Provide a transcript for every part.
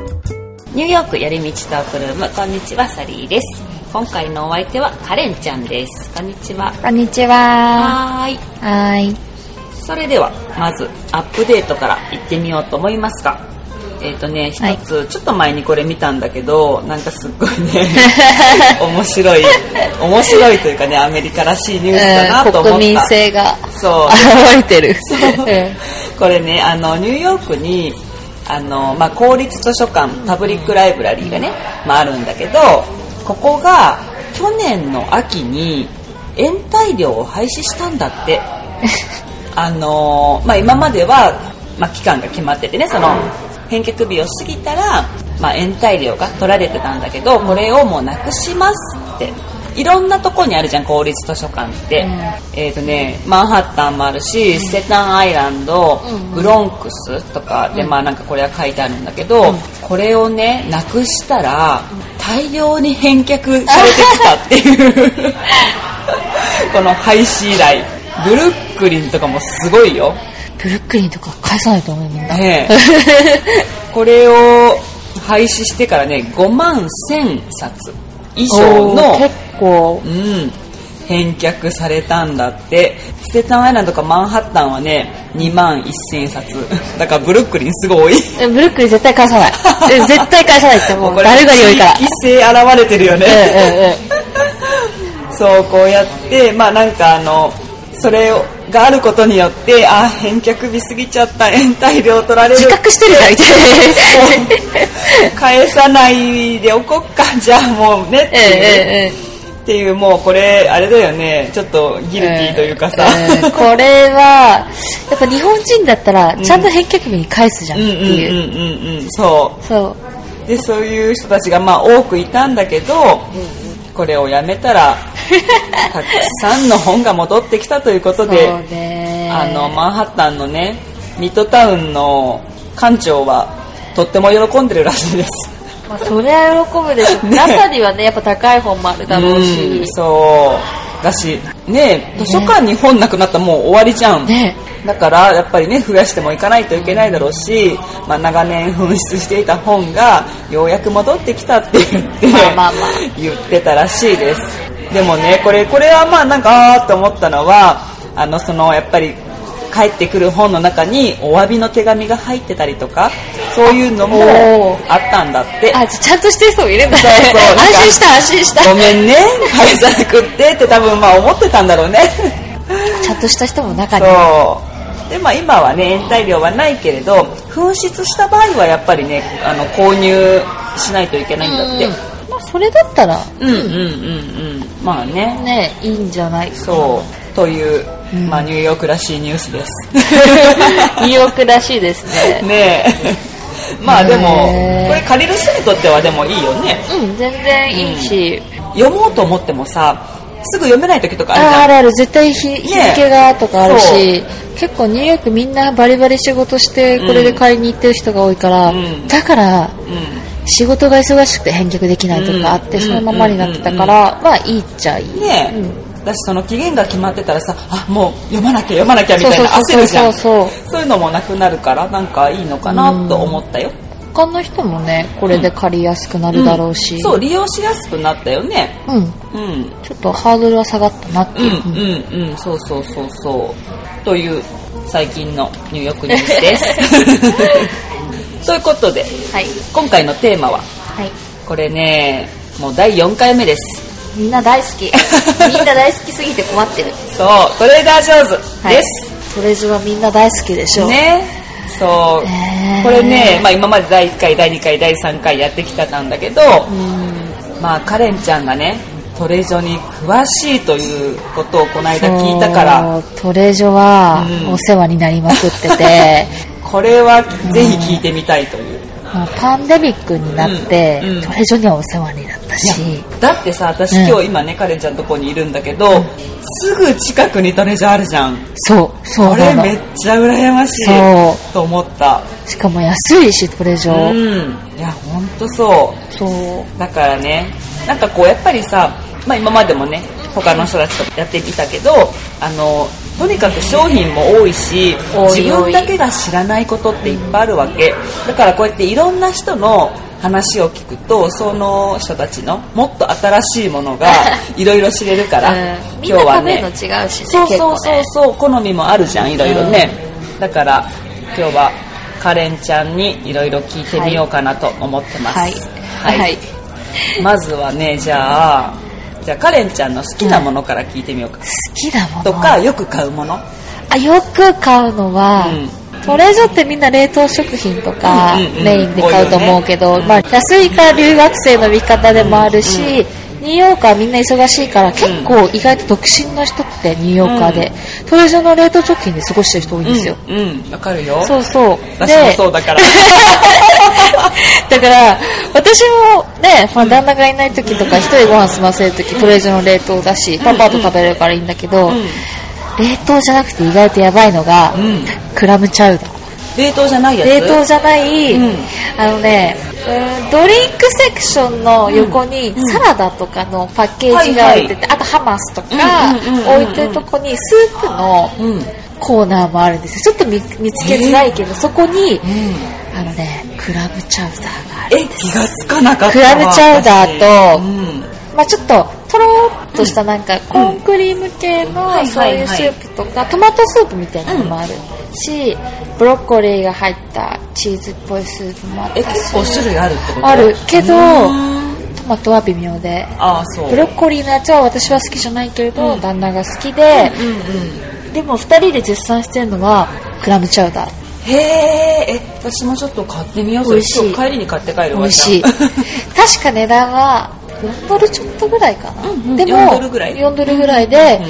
ューヨーク寄り道トークルームこんにちはサリーです今回のお相手はカレンちゃんですこんにちはこんにちは。はーいはーい。それではまずアップデートから行ってみようと思いますがえっ、とね一はいつ、ちょっと前にこれ見たんだけどなんかすっごい ね面白い面白いというかねアメリカらしいニュースだなと思った、国民性がそう現れてる。 これねあのニューヨークにあの、まあ、公立図書館パブリックライブラリーがね、まあ、あるんだけどここが去年の秋に延滞料を廃止したんだって。あのまあ、今までは、まあ、期間が決まっててねその返却日を過ぎたら、まあ、延滞料が取られてたんだけどこれをもうなくしますっていろんなとこにあるじゃん公立図書館って、うんえっ、とねマンハッタンもあるしステタンアイランド、うんブロンクスとかで、まあなんかこれは書いてあるんだけど、これをねなくしたら大量に返却されてきたっていう この廃止以来ブルックリンとかもすごいよブルックリンとか返さないと思うもんな。ねえ これを廃止してからね5万1000冊以上のおー結構う、ん、返却されたんだってステタンアイランドとかマンハッタンはね2万1000冊だからブルックリンすごい多いえブルックリン絶対返さない。え絶対返さないっても う、誰が良いから。地域性現れてるよね、うそうこうやってまあなんかあのそれがあることによってあー返却日過ぎちゃった延滞料取 られる自覚してるじゃん、み たいな。返さないでおこっかじゃあもうねってええいう、えええっていうもうこれあれだよねちょっとギえルティーというかさ、ええこれは、やっぱ日本人だったら、ちゃんと返却日に返すじゃん うっんてうんいう。うんうんうんそそう。うでそういう人たちがまあ多くいたんだけど、これをやめた らたくさんの本が戻ってきたということそうで、ね。あのマンハッタンのねミッドタウンの館長はとっても喜んでるらしいですまあ、そりゃ喜ぶでしょ、ね中には ねやっぱ高い本もあるだろうし、ん、そうだしねえ図書館に本なくなったらもう終わりじゃん、ねだからやっぱりね増やしてもいかないといけないだろうし、まあ、長年紛失していた本がようやく戻ってきたって言って、まあまあまあ言ってたらしいですでもねこれこれはまあなんかああーって思ったのはあのそのやっぱり帰ってくる本の中にお詫びの手紙が入ってたりとかそういうのもおーあったんだってあじゃあちゃんとしてる人もいるんだねそうそう 安心した安心したごめんね返さなくってって多分まあ思ってたんだろうねちゃんとした人も中にそうでまあ今はね延滞料はないけれど紛失した場合はやっぱりねあの購入しないといけないんだってうんまあ、それだったらうんうんうんうんまあねねいいんじゃない そうという、まあニューヨークらしいニュースです 意欲らしいですねねえまあでもねえこれ借りる人にとってはでもいいよねうん全然いいし、読もうと思ってもさすぐ読めない時とかあるじゃんああるある絶対日日付がとかあるし、そ結構ニューヨークみんなバリバリ仕事してこれで買いに行ってる人が多いから、うんだからうん仕事が忙しくて返却できないとかあって、うんそのままになってたから、まあいいっちゃいい、ねえ、うんだしその期限が決まってたらさあもう読まなきゃ読まなきゃみたいな焦そうそうそうそうるじゃんそうそういうのもなくなるからなんかいいのかなと思ったよ、他の人もねこれで借りやすくなるだろうし、んそう利用しやすくなったよねうんうんちょっとハードルは下がったなってういう、うんんうんうんそうそうそうそうという最近のニューヨークニュースです ということではい今回のテーマははいこれねもう第4回目ですみんな大好 きみんな大好きすぎて困ってるそうトレーダー上手はいです、トレジはみんな大好きでしょうねそう、ねえこれね、まあ、今まで第1回第2回第3回やってきてたんだけど、うんまあ、カレンちゃんがねトレジョに詳しいということをこの間聞いたからそうトレジョはうんお世話になりまくって て、これはぜひ聞いてみたいという、まあパンデミックになって、うんうんトレジョにはお世話になったしいやだってさ私うん今日今ね、カレンちゃんのとこにいるんだけど、すぐ近くにトレジョあるじゃんそうそこうなれのめっちゃ羨ましそいと思ったしかも安いしトレジうョ、んいやほんとそうそうだからねなんかこうやっぱりさ、まあ、今までもね他の人たちとやってきたけどあのとにかく商品も多いし多い自分だけが知らないことっていっぱいあるわけだからこうやっていろんな人の話を聞くとその人たちのもっと新しいも のがいろいろ知れるから、うん、み今んな日は食べるねの違うしねそうそうそう結そう好みもあるじゃんいろいろね、だから今日はカレンちゃんにいろいろ聞いてみようかなと思ってます、はいはい、はいまずはねじゃあじゃあカレンちゃんの好きなものから聞いてみようか、好きなもとのかよく買うものあよく買うのは、うんトレジョってみんな冷凍食品とかうんうんうんメインで買うと思うけど、まあ、安いから留学生の味方でもあるし、ニューヨーカーみんな忙しいから結構意外と独身の人ってニューヨーカーで、トレジョの冷凍食品で過ごしてる人多いんですよ、うんうんわかるよそうそう私もそうだ からだから私もね、まあ、旦那がいない時とか一人ご飯済ませる時トレジョの冷凍だしパパと食べれるからいいんだけど、うん冷凍じゃなくて意外とやばいのが、うんクラムチャウダー冷凍じゃないやつ冷凍じゃない、うんあのねうんドリンクセクションの横にうんサラダとかのパッケージが置いてて、あとハマスとうんうんうんうんうかん置いてるとこにスープのうんコーナーもあるんですよちょっと見見つけづらいけど、そこにうんあのねクラムチャウダーがあるえ気がつかなかったクラムチャウダーと私うんまあちょっととろーっとしたなんかコーンクリーム系はのいそうはいはいいうスープとかトマトスープみたいなのもあるしブロッコリーが入ったチーズっぽいスープもあっえたし結構種類あるってことあるけどうーんトマトは微妙でああそうブロッコリーのやつは私は好きじゃないけれど、うん旦那が好きで、うんうんでも2人で絶賛してるのはクラムチャウダーへええ私もちょっと買ってみようそれ美味しい今日帰りに買って帰る美わ味しいじゃ 確か値段は4ドルちょっとぐらいかな、うんうんでも4ドルぐらい4ドルぐらいで、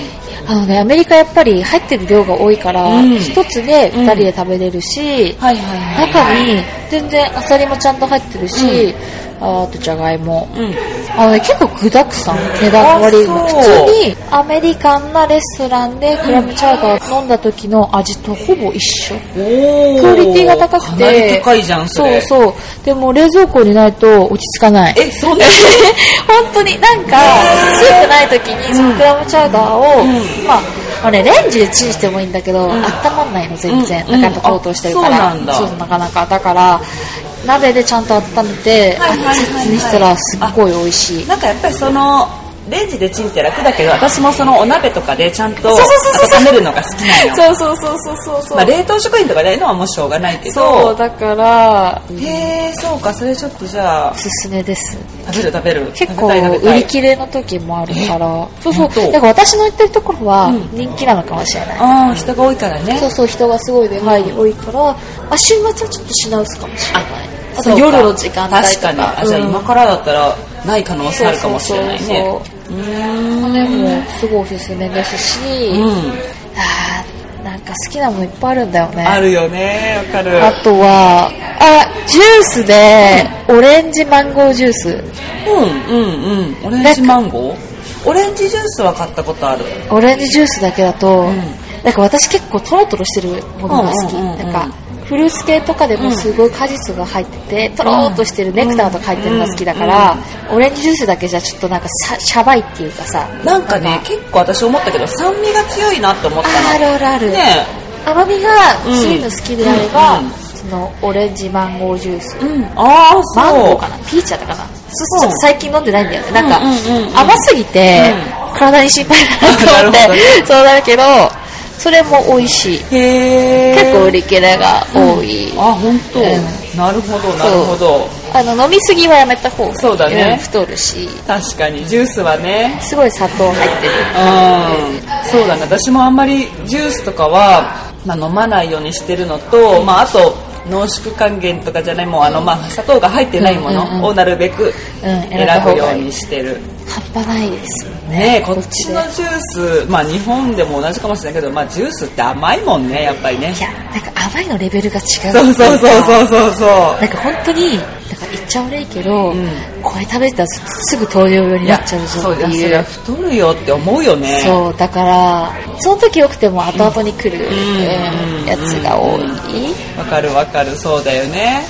あのねアメリカやっぱり入ってる量が多いから、うん1つで2人で食べれるし、あはいはいはい中に全然アサリもちゃんと入ってるし、あとじゃがいもうんあのね、結構具だくさん値段割りあも普そう通にアメリカンなレストランでクラムチャウダーを飲んだ時の味とほぼ一緒おおクオリティが高くかてなり高いじゃんそそうれそうでも冷蔵庫にないと落ち着かないえそんな本当になんかスープない時にそのクラムチャウダーを、うんまあまあね、レンジでチンしてもいいんだけど、温まんないの全然、うん中と高騰してるから、あそうなんだなかなかだから鍋でちゃんと温めてはいはいはいはい熱にしたらすっごい美味しいなんかやっぱりそのレンジでチンって楽だけど私もそのお鍋とかでちゃんとそうそうそうそう温めるのが好きなのよ そうそうそうそうそうそう、まあ、冷凍食品とかでやるのはもうしょうがないけそうどだからへえそうかそれちょっとじゃあおすすめです食べる食べる結食構べたい食べ売たいり切れの時もあるからそうそう本当だから私の言ってるところはうん人気なのかもしれない、ああ人が多いからねそうそう人がすごい出入り多いから、あ週末はちょっと品薄かもしれないあとそうか夜の時間帯とか確かにあじゃあうん今からだったらない可能性あるかもしれないねそううーんそうそうでもすごいおすすめですし、うんあーなんか好きなものいっぱいあるんだよねあるよねわかるあとはあジュースでオレンジマンゴージュースうんうんうんオレンジマンゴーオレンジジュースは買ったことあるオレンジジュースだけだと、うんなんか私結構トロトロしてるものが好き、うんうんうんうんなんかフルーツ系とかでもすごい果実が入ってて、トローっとしてるネクターとか入ってるのが好きだから、オレンジジュースだけじゃちょっとなんかさしゃばいっていうかさなんかね結構私思ったけど酸味が強いなって思っあたのーあるあるある、ね甘みが強いの好きであれば、うんうんうんそのオレンジマンゴージュース、うんああそうマンゴーかなピーチだったかなそうちょっと最近飲んでないんだよねなんか、うんうんうん甘すぎて、体に心配だなと思 なるほっどて、ねそうだけどそれも美味しいへえ結構売り切れが多い、あ本当、うんなるほどなるほどあの飲みすぎはやめた方がそうだねん太るし確かにジュースはねすごい砂糖入ってるうんそうだね私もあんまりジュースとかは、まあ、飲まないようにしてるのと、まあ、あと濃縮還元とかじゃないもうあの、まあ、砂糖が入ってないもうんうんうんのをなるべく選選ぶぶ方よがういいにしてる、半端ないですねえこっちのジュース、まあ、日本でも同じかもしれないけど、まあ、ジュースって甘いもんねやっぱりねいやなんか甘いのレベルが違うそうそうそうそうそうそうなんか本当になんか言っちゃ悪いけど、うんこれ食べてたらすぐ糖尿病になっちゃうぞそっうてだそいりうゃ太るよって思うよねそうだからその時良くても後々に来る、うんうんやつが多い、わかるわかるそうだよね、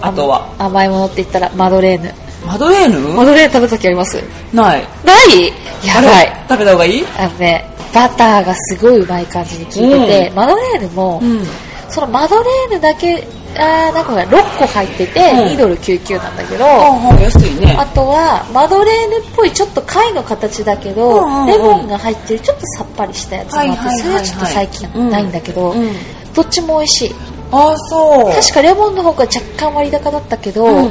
あとは甘いものって言ったらマドレーヌマドレーヌマドレーヌ食べた時ありますないないやばいあれ食べた方がいいあのね、バターがすごいうまい感じに効いてて、マドレーヌも、んそのマドレーヌだけあーなんか6個入ってて、うん2ドル99なんだけど、ああ安いねあとはマドレーヌっぽいちょっと貝の形だけど、うんうんうんレモンが入ってるちょっとさっぱりしたやつもあって、はいはいはいはいそれはちょっと最近ないんだけど、うんうんどっちも美味しいああそう確かレモンの方が若干割高だったけど、うんあの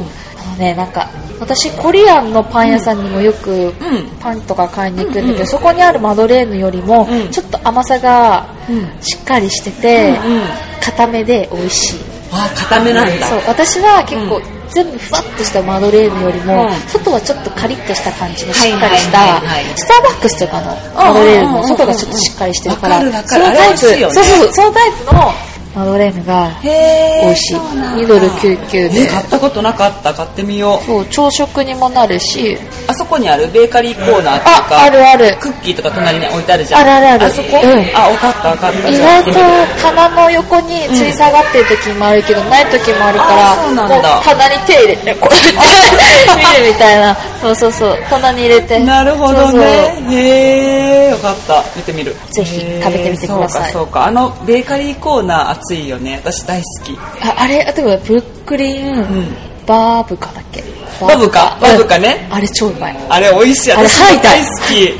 ねなんか私コリアンのパン屋さんにもよくうんパンとか買いに行くんだけど、うんうんそこにあるマドレーヌよりもうんちょっと甘さがうんしっかりしてて、うんうん固めで美味しいああ固めなんだそう私は結構、全部ふわっとしたマドレーヌよりも、うん外はちょっとカリッとした感じのしっかりしはいはたいはいはいスターバックスとかのマドレーヌうんうんうんうのん外がちょっとしっかりしてるからわかるわかるそのあれ美タイプ味しいよねそうそうそうそのタイプのマドレーヌがへえ美味しい2ドル99で買ったことなかった買ってみようそう朝食にもなるしあそこにあるベーカリーコーナーっていうあかあるあるクッキーとか隣に置いてあるじゃんあるあるあるあそこ、うんあ分かった分かった意じゃあやっ外てとみる棚の横に吊り下がってる時もあるけど、ない時もあるかあらそうなんだこう棚に手入れてこう やって見るみたいなそうそうそう棚に入れてなるほどそうそうねへえよかった見てみるぜひへー食べてみてくださいそうかそうかあのベーカリーコーナー熱いよね私大好きああれ例えばブルックリン、んバーブカだっけバブカうんバブカねあれ超うまいあれ美味しいあれ私も吐いた大好き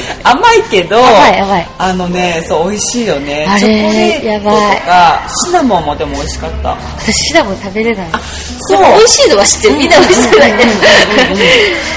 甘いけど甘い甘いあのねそう美味しいよねあれチョコレートやばいとかシナモンもでも美味しかった私シナモン食べれないそうでも美味しいのは知ってるみんな美味しいだけど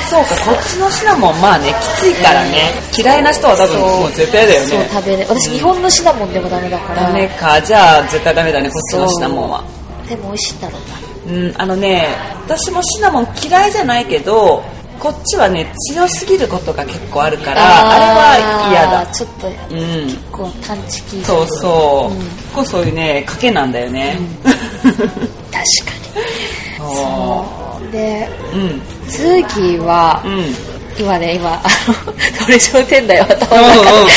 そうかこっちのシナモンまあねきついからね嫌いな人は多分もう絶対だよそうね食べれ私日本のシナモンでもダメだからダメかじゃあ絶対ダメだねこっちのシナモンはでも美味しいんだろううんあのね私もシナモン嫌いじゃないけどこっちはね強すぎることが結構あるからなあーれはちょっと嫌だうん結構探知機そうそう、うん結構そういうね賭けなんだよね確かにそうでうんうん次は、うん今ね今あの トレジョー店だよ頭のうんうん中うんで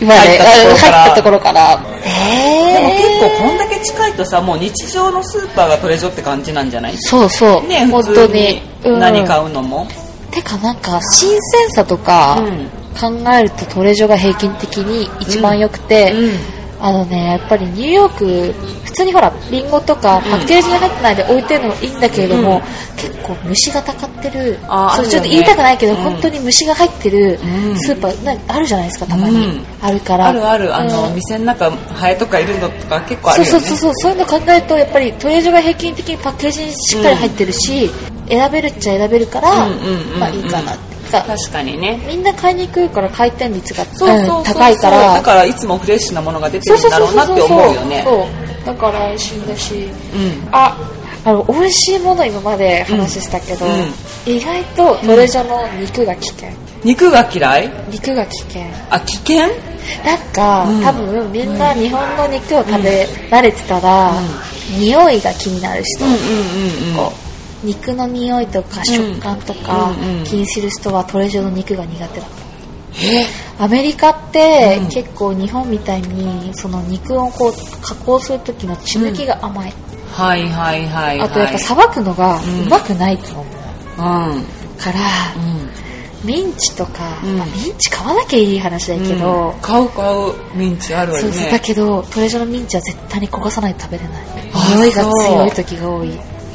今ね入入っったたととこころからでもえ結構こんだけ近いとさもう日常のスーパーがトレジョって感じなんじゃないそうそう、ね本普当通にに、何買うのも、うんてかなんか新鮮さとかうん考えるとトレジョが平均的に一番良くて、うんあのねやっぱりニューヨーク普通にほらリンゴとかパッケージに入ってないで置いてるのもいいんだけれども、うん結構虫がたかってるあーそあるうよねちょっと言いたくないけど、うん本当に虫が入ってるうんスーパー、なあるじゃないですかたまに、うんあるからあるあるあの、うん店の中ハエとかいるのとか結構あるそうよねそうそうそうそういうの考えるとやっぱりトレージョが平均的にパッケージにしっかり入ってるし、選べるっちゃ選べるから、うんうんうんまあいいかなってさ確かにねみんな買いに来るから回転率がそうそうそうそう、うん高いからだからいつもフレッシュなものが出てそうるんそうだそろううそうなっそてう思うよねそうだから安心だしうんああの美味しいもの今まで話したけど、うん意外とトレジョの肉が危険肉が嫌い肉が危険あ危険なんか、うん多分みんな日本の肉を食べ慣れてたら、匂いが気になる人、うんうんうんこう肉の匂いとか食感とかうんうん気にする人はトレジョの肉が苦手だったアメリカってうん結構日本みたいにその肉をこう加工する時の血抜きが甘い、はいはいはいはいあとやっぱさばくのがうまくないと思ううんうんから、ミンチとか、うんまあミンチ買わなきゃいい話だけど、うん買う買うミンチあるわよそうねそうだけどトレジョのミンチは絶対に焦がさないと食べれないあ匂いが強い時が多い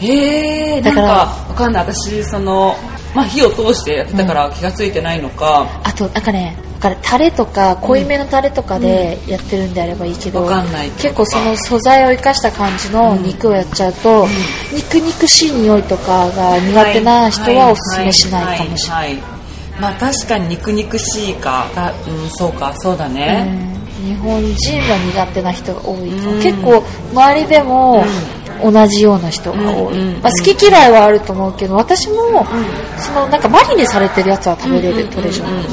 へえなだんかからわかんない私その、まあ、火を通してやってたから気が付いてないのか、あとなんかねだからタレとか濃いめのタレとかでやってるんであればいいけど、わかんない結構その素材を生かした感じの肉をやっちゃうと、肉肉しい匂いとかが苦手な人はおすすめしないかもしれなない、い、はいはいまあ確かに肉肉しいかあうん、そうかそうだね、うん日本人は苦手な人が多いかも、うん結構周りでも同じような人が多い、うんうんまあ、好き嫌いはあると思うけど私も、そのなんかマリネされてるやつは食べれる、トレジョン、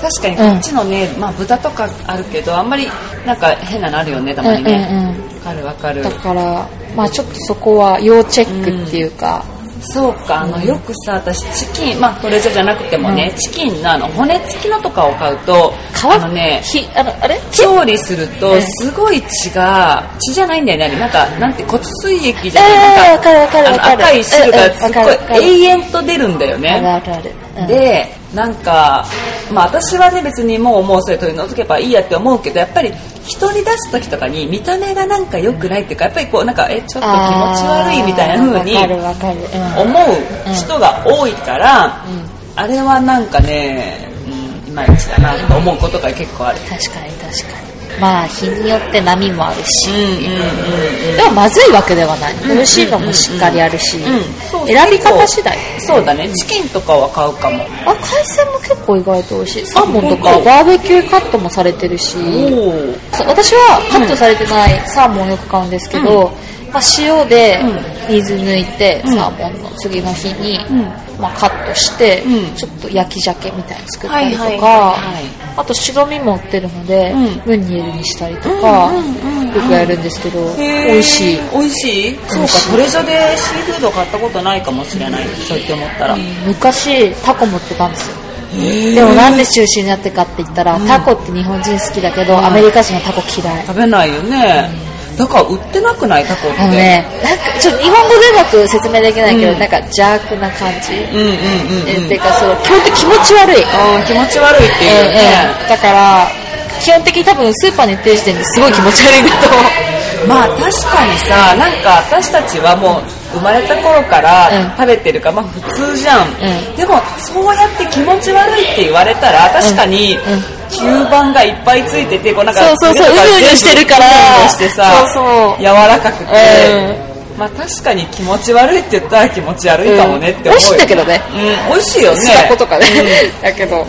確かにこっちのね、まあ、豚とかあるけどあんまりなんか変なのあるよねたまにねうんうんわう、かるわかるだから、まあ、ちょっとそこは要チェックっていうか、そうかあのよくさ私チキンまあトレジャーじゃなくてもね、チキンのあの骨付きのとかを買うと皮あのねひあのあれ調理するとえすごい血が血じゃないんだよねあれなんかなんて骨髄液じゃえなーいわかるわかるなんわかあのる赤い汁うんうがんすっわかるわかごるい永遠と出るんだよあるあねるある、うんでなんかまあ私はね別にもうもうそれ取り除けばいいやって思うけどやっぱり人に出す時とかに見た目がなんか良くないっていうかやっぱりこうなんかえちょっと気持ち悪いみたいな風にあーわかるわかる、思う人が多いから、うんうんあれはなんかね、うん、いまいちだなとか思うことが結構ある。確かに確かにまあ日によって波もあるし、うんうんうんうんでもまずいわけではない、美味しいのもしっかりあるし、うんそう選び方次第そうだねチキンとかは買うかもあ海鮮も結構意外と美味しいサーモンと本か当バーベキューカットもされてるしおそう私はカットされてないサーモンをよく買うんですけど、まあ、塩で水抜いて、んサーモンの次の日に、んまあ、カットして、うんちょっと焼き鮭みたいに作ったりとか、はいはいはいはいあと白身も売ってるので、うんムニエルにしたりとか、うんうんうんよくやるんですけど、美味しい。美味しいそう美か味しいトレジョでシーフード買ったことないかもしれないそう言って思ったら、昔タコ持ってたんですよへーでもなんで中止になってかって言ったら、タコって日本人好きだけど、アメリカ人はタコ嫌い食べないよねだから売ってなくないタコってあのねなんかちょっと日本語でうまく説明できないけど、なんか邪悪な感じ、うんうんうんえっていうかその基本的に気持ち悪い、あー気持ち悪いってえいうね、えええだから基本的に多分スーパーに売ってる時点ですごい気持ち悪いんだと思うまあ確かにさなんか私たちはもう生まれた頃かうんら食べてるから、まあ普通じゃん、うでもそうやって気持ち悪いって言われたら確かにうんうん吸盤がいっぱいついててこうなんかそうそう腕そうとかう全に部してるからうにしてさそうそう柔らかくて、まあ確かに気持ち悪いって言ったら気持ち悪いかもねって思う、うん美味しいんだけどねうん美味しいよねタコとかね、だけど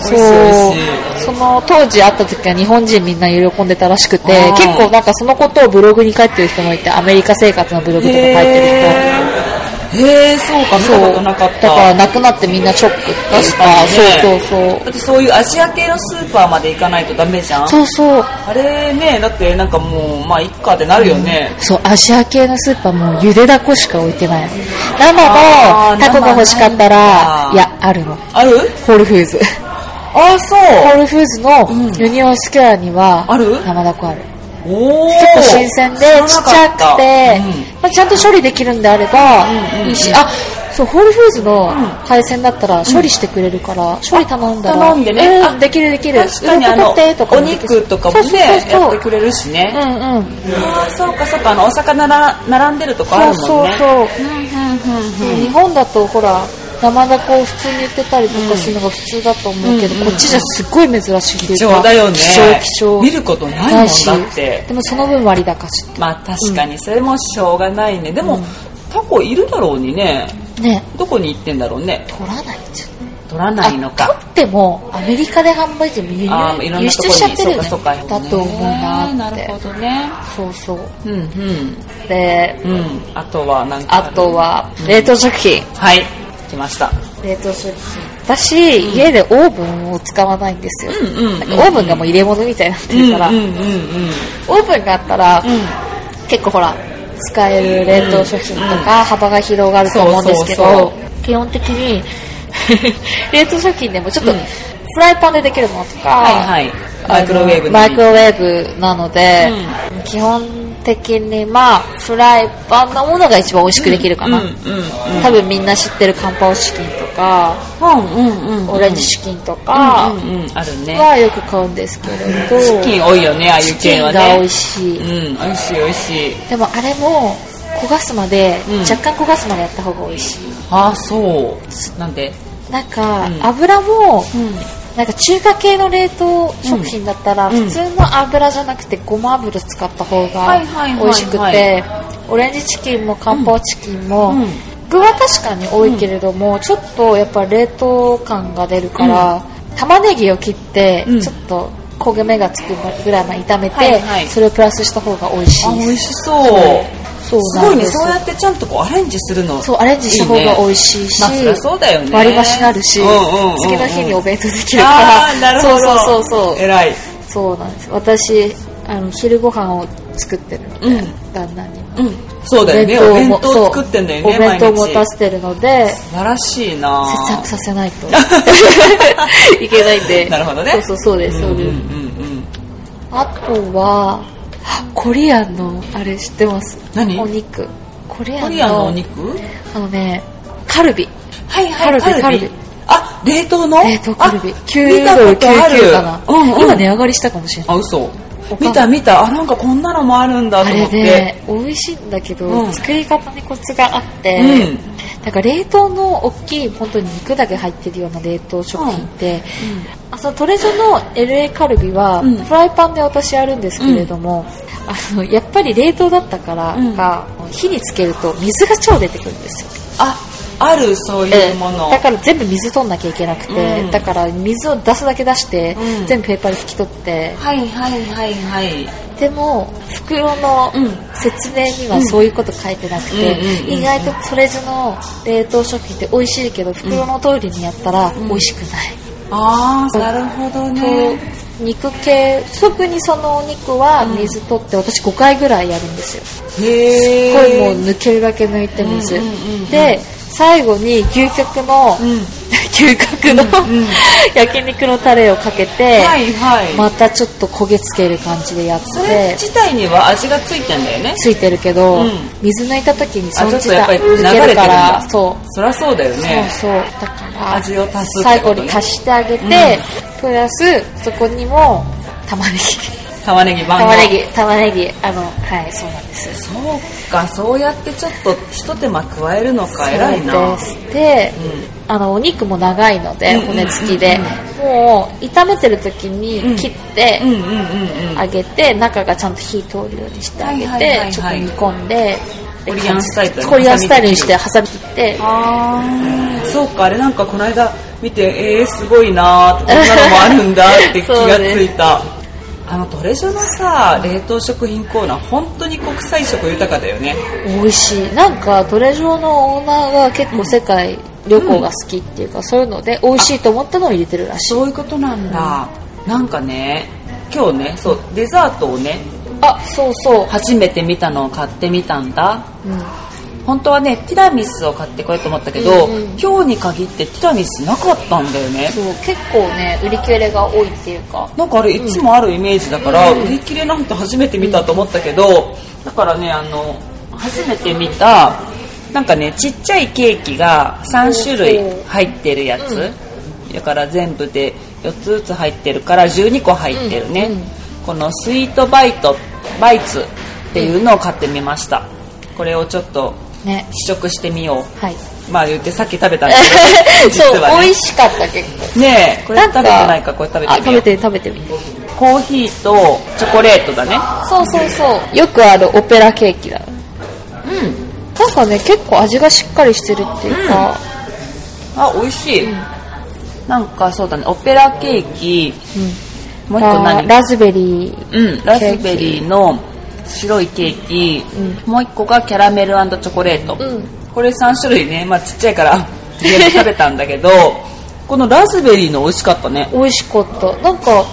美味しい美味その当時会った時は日本人みんな喜んでたらしくてあー結構なんかそのことをブログに書いてる人もいてアメリカ生活のブログとか書いてる人へえへえそうか見たことなかっただからなくなってみんなショックっていう確かかにねそうそうだってそういうアジア系のスーパーまで行かないとダメじゃんそうそうそうあれねだってなんかもうまあいっかってなるよね、そうアジア系のスーパーもゆでだこしか置いてない生あのータコが欲しかった生ないんらだいやあるのあるホールフーズあそホうールフーズのユニオンスクエアにはある生だこあるおお結構新鮮でちっちゃくて、まあ、ちゃんと処理できるんであれうんうんばうんいいし、あそうホールフーズの海鮮だったら処理してくれるから、処理頼んだら頼んでねうんあできるできる確かにあ鱗の取ってとかおもできる肉とかもねそうそうやっそてうくれるしうね、んうんああそうかそうかあのお魚な並んでるとこあるもんねそうそうそうそう日本だとほら生だこを普通に売ってたりとかするのが普通だと思うけど、うんうんこっちじゃすっごい珍しいって貴いうか重だよね貴重貴重見ることないもんなだいしってでもその分割高しまあ確かにそれもしょうがないねでも、タコいるだろうにねねどこに行ってんだろうね取らないじゃん取らあないのか取ってもアメリカで販売しても輸あーいろん入輸なとこ出にしちゃってるよねそうかそうかだと思うななってるほどねそうそううんうんでうん、あとはなんかあとは冷凍食品はい来ました冷凍食品私、家でオーブンを使わないんですよ、うんうんうんなんかオーブンがもう入れ物みたいになってるから、うんうんうんオーブンがあったら、結構ほら使える冷凍食品とか幅が広がると思うんですけど、そうそう基本的に 冷凍食品でもちょっと、フライパンでできるものとか、はいはいマイクロウェーブあののマイクロウェーブなので、基本的にまあフライパンのものが一番美味しくできるかな、うんうん多分みんな知ってるカンパオチキンとか、うんうんうんオレンジチキンとかうんうんうんあるねはよく買うんですけれど、チキン多いよねああいチうキ系ンはが美ね味しい、うん美味しい美味しいでもあれも焦がすまで、うん若干焦がすまでやった方が美味しいああそうなんでなんか、うん油も、うんなんか中華系の冷凍食品だったら、うん普通の油じゃなくてごま油使った方がはいはいはいはい美味しくてオレンジチキンも漢方チキンも、うんうん具は確かに多いけれども、ちょっとやっぱ冷凍感が出るから、玉ねぎを切って、うんちょっと焦げ目がつくぐらいまで炒めて、はいはいそれをプラスした方が美味しいあ美味しそうそうすなごいんねですそうやってちゃんとこうアレンジするのそうアレンジした方が美味しいしいいねまあそりゃそうだよね割り箸になるし、うんうんうんうん次の日にお弁当できるからああーなるほ どそうそうそうそう偉いそうなんです私あの昼ご飯を作ってるので、うん旦那にはうんそうだよねお弁当作ってんだよねそうお弁毎当も日出してるので素晴らしいな節約させないといけないんでなるほどねそうそうそうですそうです、うんうんうんうんあとはあコリアンのあれ知ってます何お肉コリアコンリアンののお肉あのねカルビはいはいカルビあ冷凍の冷凍カルビあ9見たドルことある99かな、うんうん今値上がりしたかもしれないあ嘘見た見たあなんかこんなのもあるんだあと思れってで美味しいんだけど、うん作り方にコツがあって、うんなんか冷凍の大きい本当に肉だけ入ってるような冷凍食品って、あそのトレジョの LA カルビは、うんフライパンで私やるんですけれども、あのやっぱり冷凍だったからか、火につけると水が超出てくるんですよああるそういうもの、だから全部水取んなきゃいけなくて、うんだから水を出すだけ出して、うん全部ペーパーで拭き取ってはいはいはいはいでも袋のうん説明にはそういうこと書いてなくて、うんうんうん意外とトレジの冷凍食品って美味しいけど袋の通りにやったら美味しくない、ああなるほどねと肉系特にそのお肉は水取って私5回ぐらいやるんですよへえこれもう抜けるだけ抜いて水、うんうんうんうんで最後に牛角の、うん牛角の、うんうん焼肉のタレをかけて、はいはい、またちょっと焦げつける感じでやっそれて自体には味がついてんだよねついてるけど、うん水抜いた時にそあのちょっ時とやっぱ間り流れ抜てけるんるだからそうそりゃそうだよねそうそうだから味を足すって最こ後とねに足してあげて、プラスそこにも玉ねぎ玉ねぎ万能玉ねぎ玉ねぎあのはいそうなんですそうかそうやってちょっとひと手間加えるのか偉いなそうですで、あのお肉も長いのでうん骨付きで、もう炒めてる時に切ってうんうんうんうんあげて、中がちゃんと火通るようにしてあげて、はいはいはいはいちょっと煮込んででコリアンスタイルだねコリアンスタイルにして挟み切ってああそうかあれなんかこの間見てえー、すごいなーこんなのもあるんだって気がつい た、あのトレジョのさ冷凍食品コーナー本当に国際色豊かだよね美味しいなんかトレジョーのオーナーが結構世界旅行が好きっていうか、そういうので美味しいと思ったのを入れてるらしいそういうことなんだ、なんかね今日ねそうデザートをねあそうそう、初めて見たのを買ってみたんだうん、本当はねティラミスを買ってこようと思ったけど、うんうん今日に限ってティラミスなかったんだよねそう結構ね売り切れが多いっていうかなんかあれいつもあるイメージだから、売り切れなんて初めて見たと思ったけどだからねあの初めて見たなんかねちっちゃいケーキが3種類入ってるやつ、だから全部で4つずつ入ってるから12個入ってるね、うんうんこのスイートバイトバイツっていうのを買ってみましたこれをちょっとね試食してみようはいまあ言ってさっき食べたんだけど 実そう、は美ね味しかった結構ねえこれ食べてないかこれ食べてあみよ食うべて食べてみてコーヒーとチョコレートだねそうそうそうよくあるオペラケーキだうんなんかね結構味がしっかりしてるっていうか、あ美味しい、うんなんかそうだねオペラケーキうんもう一個ラ何ラズベリーうんラズベリーの白いケーキ、うもう一個がキャラメルチョコレート、うんこれ3種類ねまあちっちゃい から全部食べたんだけどこのラズベリーの美味しかったね美味しかったなんか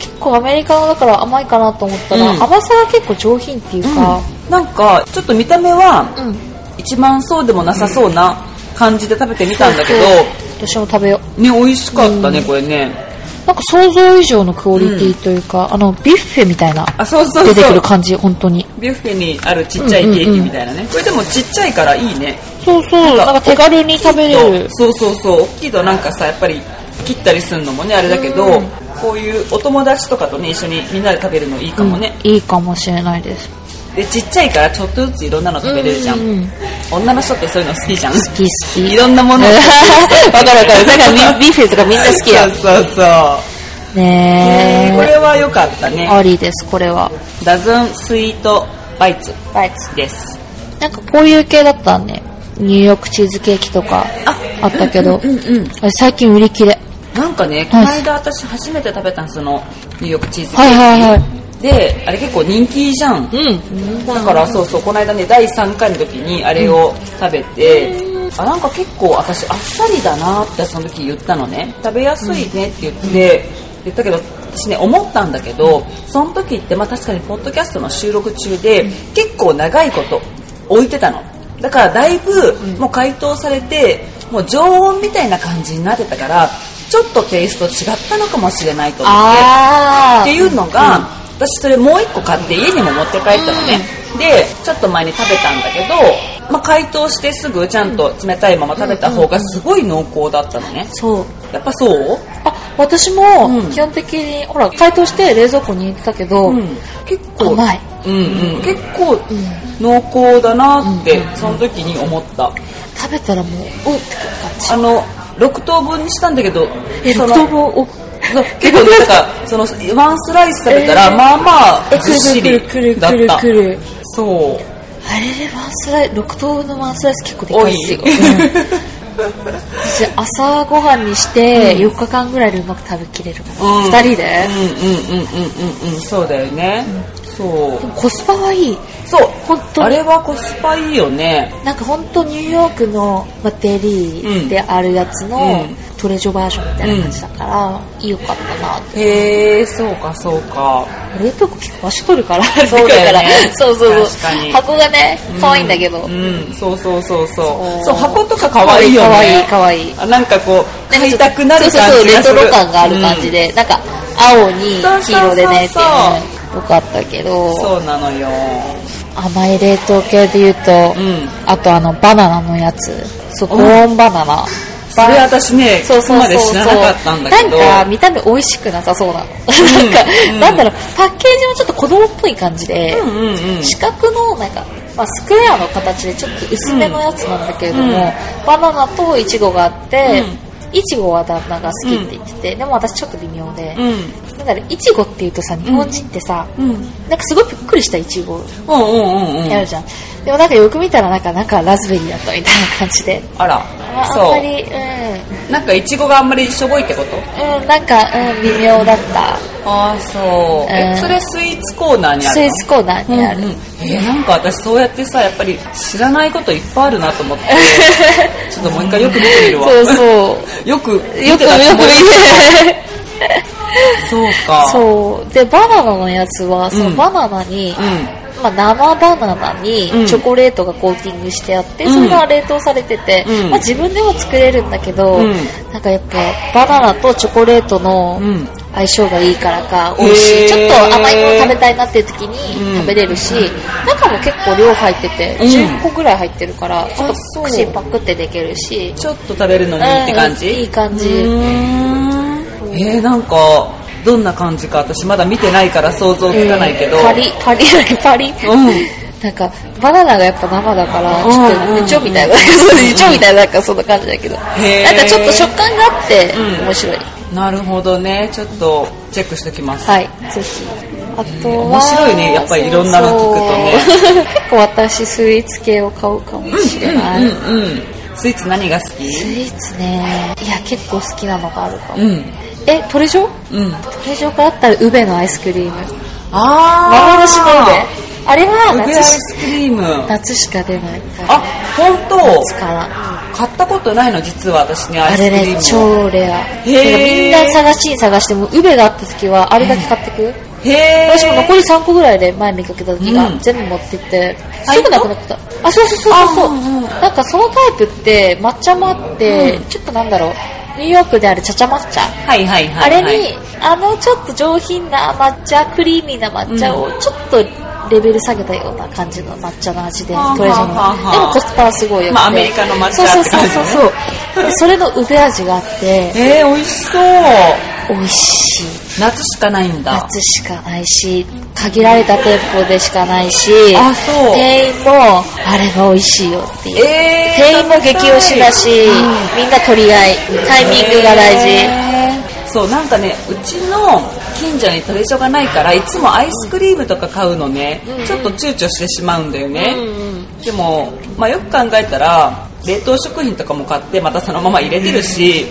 結構アメリカのだから甘いかなと思ったら、うん甘さが結構上品っていうかうん、なんかちょっと見た目はうん、一番そうでもなさそうな感じで食べてみたんだけど、そうそう私も食べようね美味しかったね、これねなんか想像以上のクオリティというか、あのビュッフェみたいなあそうそうそう出てくる感じ本当にビュッフェにあるちっちゃいケーキみたいなね、これでもちっちゃいからいいねそうそうなんか手軽に食べれるそうそうそう大きいとなんかさやっぱり切ったりするのもねあれだけど、うんこういうお友達とかとね一緒にみんなで食べるのいいかもね、うんいいかもしれないですでちっちゃいからちょっとずついろんなの食べれるじゃん、うんうんうん女の人ってそういうの好きじゃん好き好きいろんなものを わかる わかるだからビビーフェとかみんな好きだそうそうそうねへーこれは良かったねありですこれはダズンスイートバイツバイツですなんかこういう系だったらねニューヨークチーズケーキとかあったけど、うんうんうんあれ最近売り切れなんかね、この間私初めて食べたのそのニューヨークチーズケーキ、はいはいはいであれ結構人気じゃん、うんだからそうそうこの間ね第3回の時にあれを食べて、あなんか結構私あっさりだなってその時言ったのね食べやすいねって言って、言ったけど私ね思ったんだけどその時ってまあ確かにポッドキャストの収録中で、結構長いこと置いてたのだからだいぶもう解凍されてもう常温みたいな感じになってたからちょっとテイスト違ったのかもしれないと思ってあっていうのが、私それもう一個買って家にも持って帰ったのね、でちょっと前に食べたんだけど、まあ、解凍してすぐちゃんと冷たいまま食べた方がすごい濃厚だったのねそうやっぱそうあ私もうん基本的に、ほら解凍して冷蔵庫に入れてたけど、うん結構甘いうんうん、結構濃厚だなって、その時に思った食べたらもうおってあの6等分にしたんだけどえその6等分おそう結構ねだからそのワンスライス食べたら、えーまあまえあずっしくるりくるだっくるたくるくるそうあれでワンスライス6等分のワンスライス結構でかいですよ、多いうん私朝ごはんにして4日間ぐらいでうまく食べきれるかうんな、2人で、うんうんうんうんうんうんそうだよね、そうでもコスパはいいそう本当にあれはコスパいいよねなんか本当ニューヨークのバッテリーであるやつの、うんトレジョバージョンみたいな感じだから、よかったなってへえそうかそうか冷凍庫結構場所取るから そうだよねそうそう確かそうに箱がね可愛いんだけど、うんそうそうそうそうそそうう箱とか可愛いよね可愛い可愛いあなんかこう買いたくなる感じがすそうるそうそうレトロ感がある感じで、なんか青にそうそうそうそう黄色でねっていうのよかったけうどんそうなのよ甘い冷凍系で言うと、うんあとあのバナナのやつそうコーンバナナ、それ私ねそうここそうまそうで知そうらなかったんだけどなんか見た目美味しくなさそうなの、なんか、うんなんだろうパッケージもちょっと子供っぽい感じで、うんうんうん四角のなんか、まあ、スクエアの形でちょっと薄めのやつなんだけれども、うんうんバナナとイチゴがあって、イチゴは旦那が好きって言ってて、でも私ちょっと微妙で、うんなんだろうイチゴっていうとさ日本人ってさ、うんなんかすごいぷっくりしたイチゴうんうんうんやるじゃん、でもなんかよく見たらなんか中はラズベリーだったみたいな感じであらああんまそりううなんかいちごがあんまりしょぼいってことん、うん、なんか、うん、微妙だったああそううえんそれスイーツコーナーにあるスのイーツコーナーにある、うんうん、えーなんか私そうやってさやっぱり知らないこといっぱいあるなと 思ってちょっともう一回よく見てみるわそうそうよくよ見くてよたつくもり 見てそうかうそうでバナナのやつはそのうんバナナに、んまあ、生バナナにうんチョコレートがコーティングしてあって、うんそれが冷凍されてて、うんまあ、自分でも作れるんだけど、うんなんかやっぱバナナとチョコレートのうん相性がいいからか美味しい、へーちょっと甘いもの食べたいなっていう時にうん食べれるし、中も結構量入っててうん15個ぐらい入ってるから、ちょっそとう口パクってできるしちょっと食べるのにって感じ、うんいい感じうーんえー、なんかどんな感じか私まだ見てないから想像つかないけど、パリパリ だけパリ、んなんかバナナがやっぱ生だかうんらちょっと一丁みたいな そう一丁みたいななんかそんな感じだけどへーなんかちょっと食感があってうん面白い、なるほどねちょっとチェックしときます、はいぜひあとは面白いねやっぱりいろんなの聞くとねそうそう結構私スイーツ系を買うかもしれなうい、んうんスイーツ何が好きスイーツねいや結構好きなのがあるかも、うんえトレジョうんあトレジョがあったらウベのアイスクリームあ幻のウベあれは梅アイ夏しスクリーム夏しか出ないあ本夏当から買ったことないの実は私ねアあイスクれリームね、超レア。へーなんかみんな探しに探しても、ウベがあった時は、あれだけ買ってく。へえ私も残り3個ぐらいで前見かけた時が、うん全部持ってって、あすぐなくなってた。あ、そうそうそうそうそう、あうんうんなんかそのタイプって、抹茶もあって、ちょっとなんだろう、ニューヨークであるチャチャ抹茶。はいはいはい、あれに、あのちょっと上品な抹茶、クリーミーな抹茶を、ちょっとレベル下げたような感じの抹茶の味で、はあトレジャーはあはの。あでもコスパはすごいよくて。まあアメリカの抹茶そうって感じねそうそうそう。でそれの腕味があって、えー、美味しそう美味しい。夏しかないんだ夏しかないし、限られた店舗でしかないし、あそう店員も、あれが美味しいよっていう。えー、店員も激推しだし、みんな取り合い、タイミングが大事。事そうなんかねうちの近所にトレジョがないからいつもアイスクリームとか買うのね、うんちょっと躊躇してしまうんだよね、うんうんでも、まあ、よく考えたら冷凍食品とかも買ってまたそのまま入れてるし、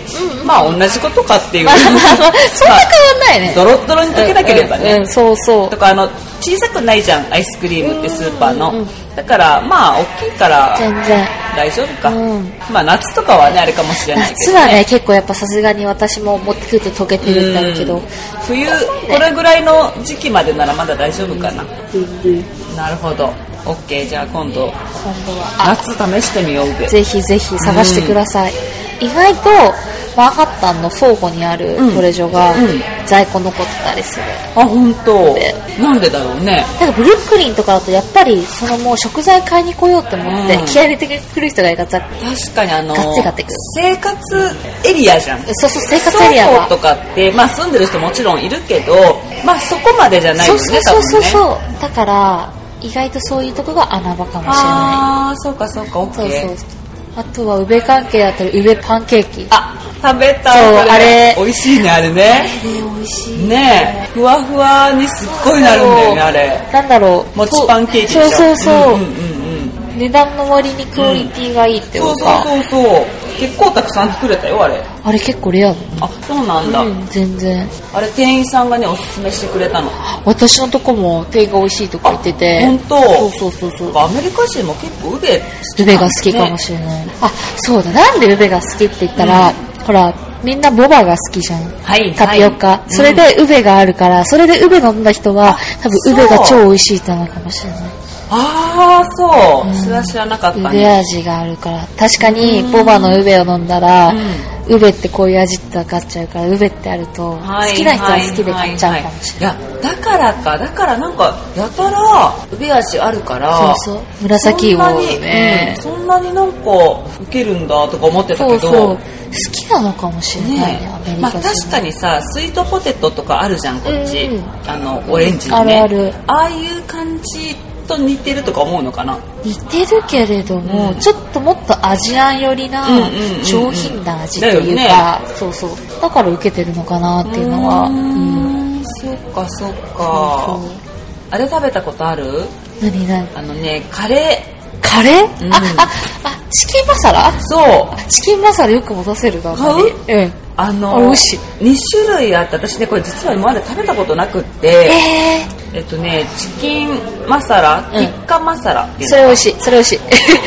まあ同じことかっていう、まあまあまあ そんな変わんないね。ドロッドロに溶けなければね、うんうんうんそうそうとかあの小さくないじゃんアイスクリームってスーパーの、うんうんだからまあ大きいから全然大丈夫か、うんまあ夏とかはねあれかもしれないけ夏ど、はね結構やっぱさすがに私も持ってくると溶けてるんだけどうん冬これぐらいの時期までならまだ大丈夫かな、全然なるほど OK じゃあ今度今度は夏試してみようでぜひぜひ探してください、意外とマンハッタンのフォーゴにあるトレジョがうん在庫残ってたりする。あ本当で。なんでだろうねなんかブルックリンとかだとやっぱりそのもう食材買いに来ようって思ってうん気合い入れてくる人がいがちだ確かにあのガッチガチくる生活エリアじゃんそうそう生活エリア倉庫がとかって、まあ、住んでる人もちろんいるけど、まあ、そこまでじゃないよそうねそうそうそう多分ねそう、だから意外とそういうとこが穴場かもしれなああそうかそうか OK いそうそうあとは宇部関係だったら宇部パンケーキああ食べたそうれあれ美味しいねあれねれ美味しねえふわふわにすっごいなるんだよねあれなんだろうもちパンケーキでしょそうそうそう、んうんうんうん値段の割にクオリティがいいってそこうとそうか、そうそう結構たくさん作れたよあれあれ結構レアだあそうなんだ、な、うん、全然あれ店員さんがねおすすめしてくれたの私のとこも定が美味しいとか言っててあ本当そうそうそうそうアメリカ人も結構ウベルベが好きかもしれない、あそうだなんでルベが好きって言ったら、ほらみんなボバが好きじゃんはいタピオカ、はいそれでウベがあるから、それでウベ飲んだ人は多分ウベがそう超美味しいってなるかもしれないああそう、それは知らなかったウベね味があるから確かにボバのウベを飲んだら、うウベってこういう味って分かっちゃうからウベってあると、はい好きな人は好きで買っちゃうかもしれない、はいはいいやだからかだからなんかやたらウベ味あるからそうそう紫芋をねそんなに,、うん、そんなになんかウケるんだとか思ってたけそうどそう好きなのかもしれないねねアメリまあ、カ人、確かにさスイートポテトとかあるじゃんこっち、うんあのオレンジのねあるあるああいう感じと似てるとか思うのかな似てるけれども、うんちょっともっとアジアン寄りなうんうんうんうん上品な味というか、そうそうだから受けてるのかなっていうのはうーうんんそっかそっかそうあれ食べたことあるそう何何あのねカレカレー、うんあああチキンマサラーそうチキンマサラよく持たせるだ買うえああの美味しい2種類あって私ねこれ実は今まで食べたことなくっえてええっとねチキンマサラうんティッカマサラってー、いうそのれ美味しいそれ美味しい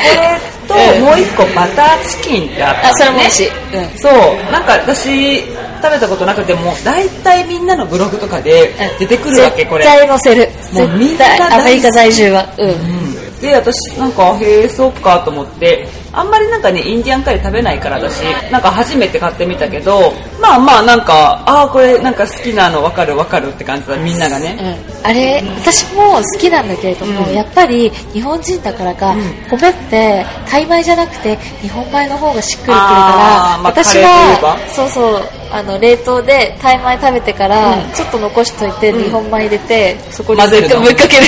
これうんともう一個バターチキン ってあったのねあそれも美味しい、うんそうなんか私食べたことなくても大体みんなのブログとかでうん出てくるわけこれ絶対載せるもうみん絶な大好対きアメリカ在住はうん、うんで私なんかへえそっかと思ってあんまりなんかねインディアンカレー食べないから私なんか初めて買ってみたけどまあまあなんかああこれなんか好きなの分かる分かるって感じだみんながねうんあれ、私も好きなんだけれども、うんやっぱり日本人だからか、米ってタイ米じゃなくて日本米の方がしっくりくるかあら、ーまあ私カはレーそうそうあの冷凍でタイ米食べてから、うんちょっと残しといて、日本米入れてそこに混ぜるのぶっか ける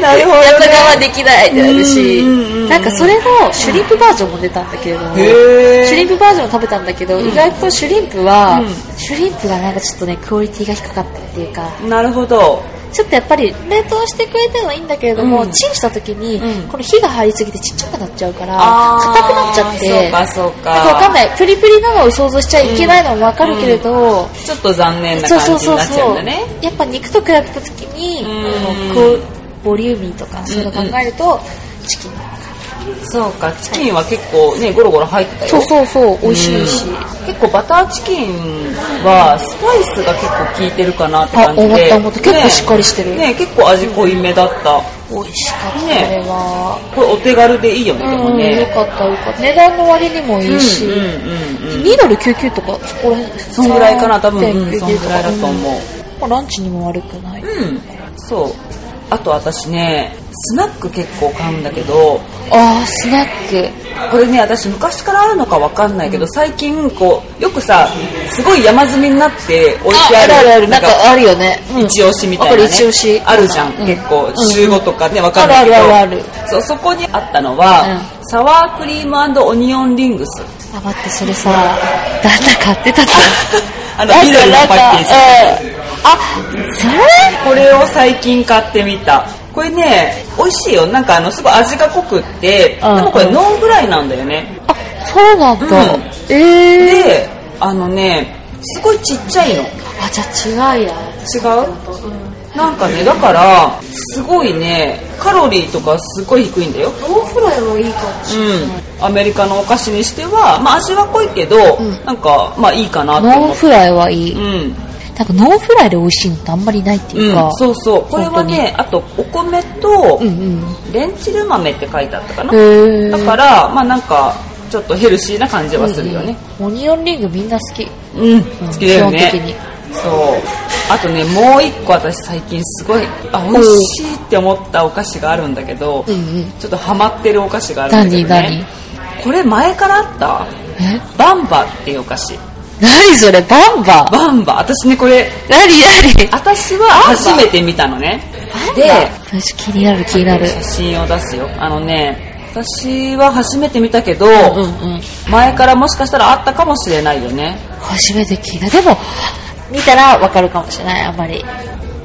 なるほどねやった側できないってなるし、うんうんうんうんなんかそれのシュリンプバージョンも出たんだけれども、へえシュリンプバージョンを食べたんだけど、意外とシュリンプうは、んシュリンプがなんかちょっとねクオリティが低かったっていうかなるほどちょっとやっぱり冷凍してくれてはいいんだけれども、うんチンした時に、うんこの火が入りすぎてちっちゃくなっちゃうからあー硬くなっちゃってそうかそうかなんわかんないプリプリなのを想像しちゃいけないのもわかるけれど、ちょっと残念なそうそ感うじにそうなっちゃうんそうだねやっぱ肉と比べた時に、うんあのこうボリューミーとかそういうの考えると、チキンそうかチキンは結構ねゴロゴロ入ってたよそうそうそう美味しいし、うん結構バターチキンはスパイスが結構効いてるかなってあ感じで思った思った結構ねしっかりしてる、ね結構味濃いめだった美味しかったこれねは、これお手軽でいいよねでもうん、よねかったよかった値段の割にもいいし、うんうんうんうん2ドル99とかそこら辺そんぐらいかな多分3.99うんそんぐらいだと思うまあ、ランチにも悪くない、うんそうあと私ねスナック結構買うんだけどああスナックこれね私昔からあるのかわかんないけど最近こうよくさすごい山積みになって置いてあるなんかあるよね、うん一押しみたいな、ね、わかる一押しあるじゃん、うん結構週5とかねわかんあないけるどあるあるあそうそこにあったのは、サワークリームオニオンリングスあ待ってそれさ旦那買ってたって あの緑のパ ッケージジ、うんあそれこれを最近買ってみたこれね美味しいよなんかあのすごい味が濃くって、うんでもこれノンフライなんだよね、あそうなんだ、うんええであのねすごいちっちゃいの違あじゃあ違うやうなんかねだからすごいねカロリーとかすごい低いんだよノンフライもいいかもしれない、うん、アメリカのお菓子にしては、まあ、味は濃いけど、うんなんかまあいいかなとノ思ンってフライはいい、うんなんかノンフライで美味しいのってあんまりないっていうか、うん、そうそうこれはねあとお米とうんうんレンチル豆って書いてあったかな、へーだからまあなんかちょっとヘルシーな感じはするよね。オニオンリングみんな好き。ううん、好きだよね。基本的にそう。あとね、もう一個私最近すごい、あ、美味しいって思ったお菓子があるんだけど、んうん。ちょっとハマってるお菓子があるんだけど、ね。何何これ前からあったえバンバっていうお菓子。何それバンババンバ。私ね、これ、何何私は初めて見たのね。で、私気になる気になる。写真を出すよ。あのね、私は初めて見たけど、うんうん。前からもしかしたらあったかもしれないよね。初めて聞いた。でも、見たらわかるかもしれない、あんまり。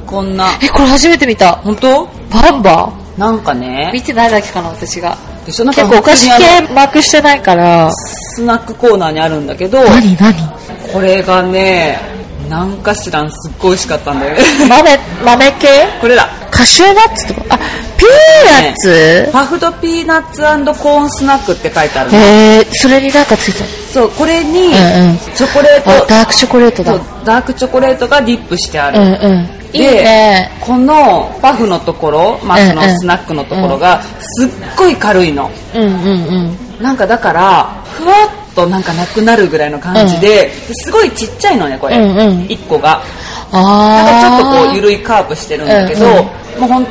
こんな。え、これ初めて見た。本当バンバなんかね、見てないだけかな、私が。でしょなんか結構お菓子普通にあの系マークしてないから。スナックコーナーにあるんだけど、何何これがね、なんか知らん、すっごい美味しかったんだよ ね。豆、豆系これだ。カシューナッツとか、あ、ピーナッツ、パフドピーナッツコーンスナックって書いてあるの。へえー、それになんかついてる。そう、これにうんうん、チョコレートあ、、ダークチョコレートだ。そううダークチョコレートがディップしてある。んうん。いいね。このパフのところ、まあ、そのうんうんスナックのところが、すっごい軽いの。うんうんうん。なんかだから、ふわっとなんかなくなるぐらいの感じで、ですごいちっちゃいのね、これ。うんうん1個が。なんかあちょっとこうー。緩いカーブしてるんだけど、うんうんもう本